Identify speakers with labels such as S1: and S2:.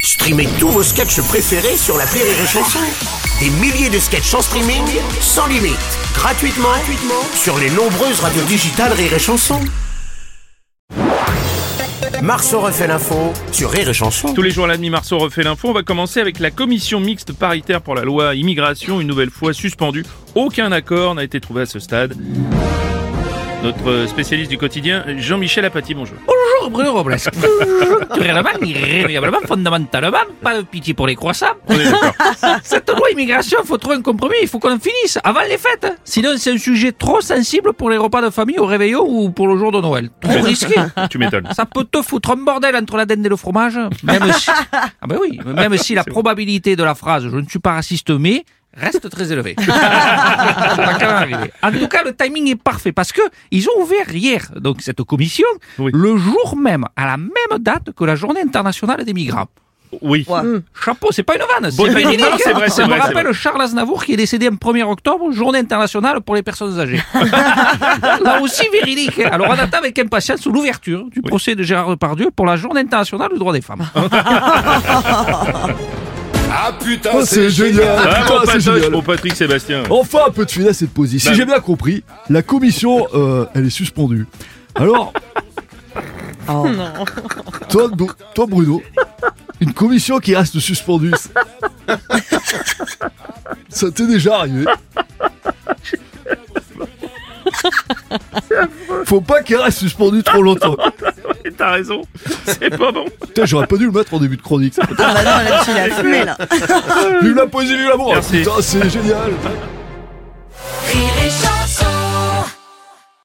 S1: Streamez tous vos sketchs préférés sur la Rire et Chanson. Des milliers de sketchs en streaming, sans limite, gratuitement, gratuitement sur les nombreuses radios digitales Rire et Chanson. Marceau refait l'info sur Rire et Chanson.
S2: Tous les jours à la demi-marceau refait l'info. On va commencer avec la commission mixte paritaire pour la loi immigration, une nouvelle fois suspendue. Aucun accord n'a été trouvé à ce stade. Notre spécialiste du quotidien, Jean-Michel Apathy, bonjour.
S3: Oh,
S4: Bonjour Bruno Robles. Culturellement, irrémédiablement, fondamentalement, pas de pitié pour les croissants.
S2: On est d'accord.
S4: Cette loi immigration, faut trouver un compromis, il faut qu'on en finisse avant les fêtes. hein. Sinon, c'est un sujet trop sensible pour les repas de famille au réveillon ou pour le jour de Noël. Trop risqué.
S2: Tu m'étonnes.
S4: Ça peut te foutre un bordel entre la dinde et le fromage, même si, ah ben oui, même si la probabilité de la phrase je ne suis pas raciste mais reste très élevée. Ça va quand même arriver. hein, en tout cas, le timing est parfait parce que ils ont ouvert hier donc cette commission
S2: Oui.
S4: le jour même à la même date que la journée internationale des migrants.
S2: Oui. Ah,
S4: Chapeau, c'est pas une vanne,
S2: Bon,
S4: c'est pas une
S2: non,
S4: idée.
S2: c'est vrai, c'est
S4: Ça me
S2: vrai, c'est
S4: rappelle Charles Aznavour qui est décédé le 1er octobre, journée internationale pour les personnes âgées. Là aussi véridique. hein. Alors on attend avec impatience l'ouverture du procès de Gérard Depardieu pour la journée internationale du droit des femmes.
S5: Ah putain,
S3: Oh, c'est génial,
S2: Ah,
S3: putain,
S2: mon
S3: c'est
S2: patoche
S3: génial. Oh.
S2: pour Patrick Sébastien.
S3: Enfin un peu de finesse et de poésie. Si
S2: Bah-
S3: j'ai bien compris, la commission, euh, elle est suspendue. Alors, toi, Bru- toi Bruno, une commission qui reste suspendue, c- ça t'est déjà arrivé Faut pas qu'elle reste suspendue trop longtemps.
S2: Et T'as raison, c'est pas bon.
S3: Putain, j'aurais pas dû le mettre en début de chronique.
S6: Ah bah non, là-dessus, il a fumé, là.
S3: Vive la poésie, vive l'amour
S2: Merci.
S3: Putain, c'est génial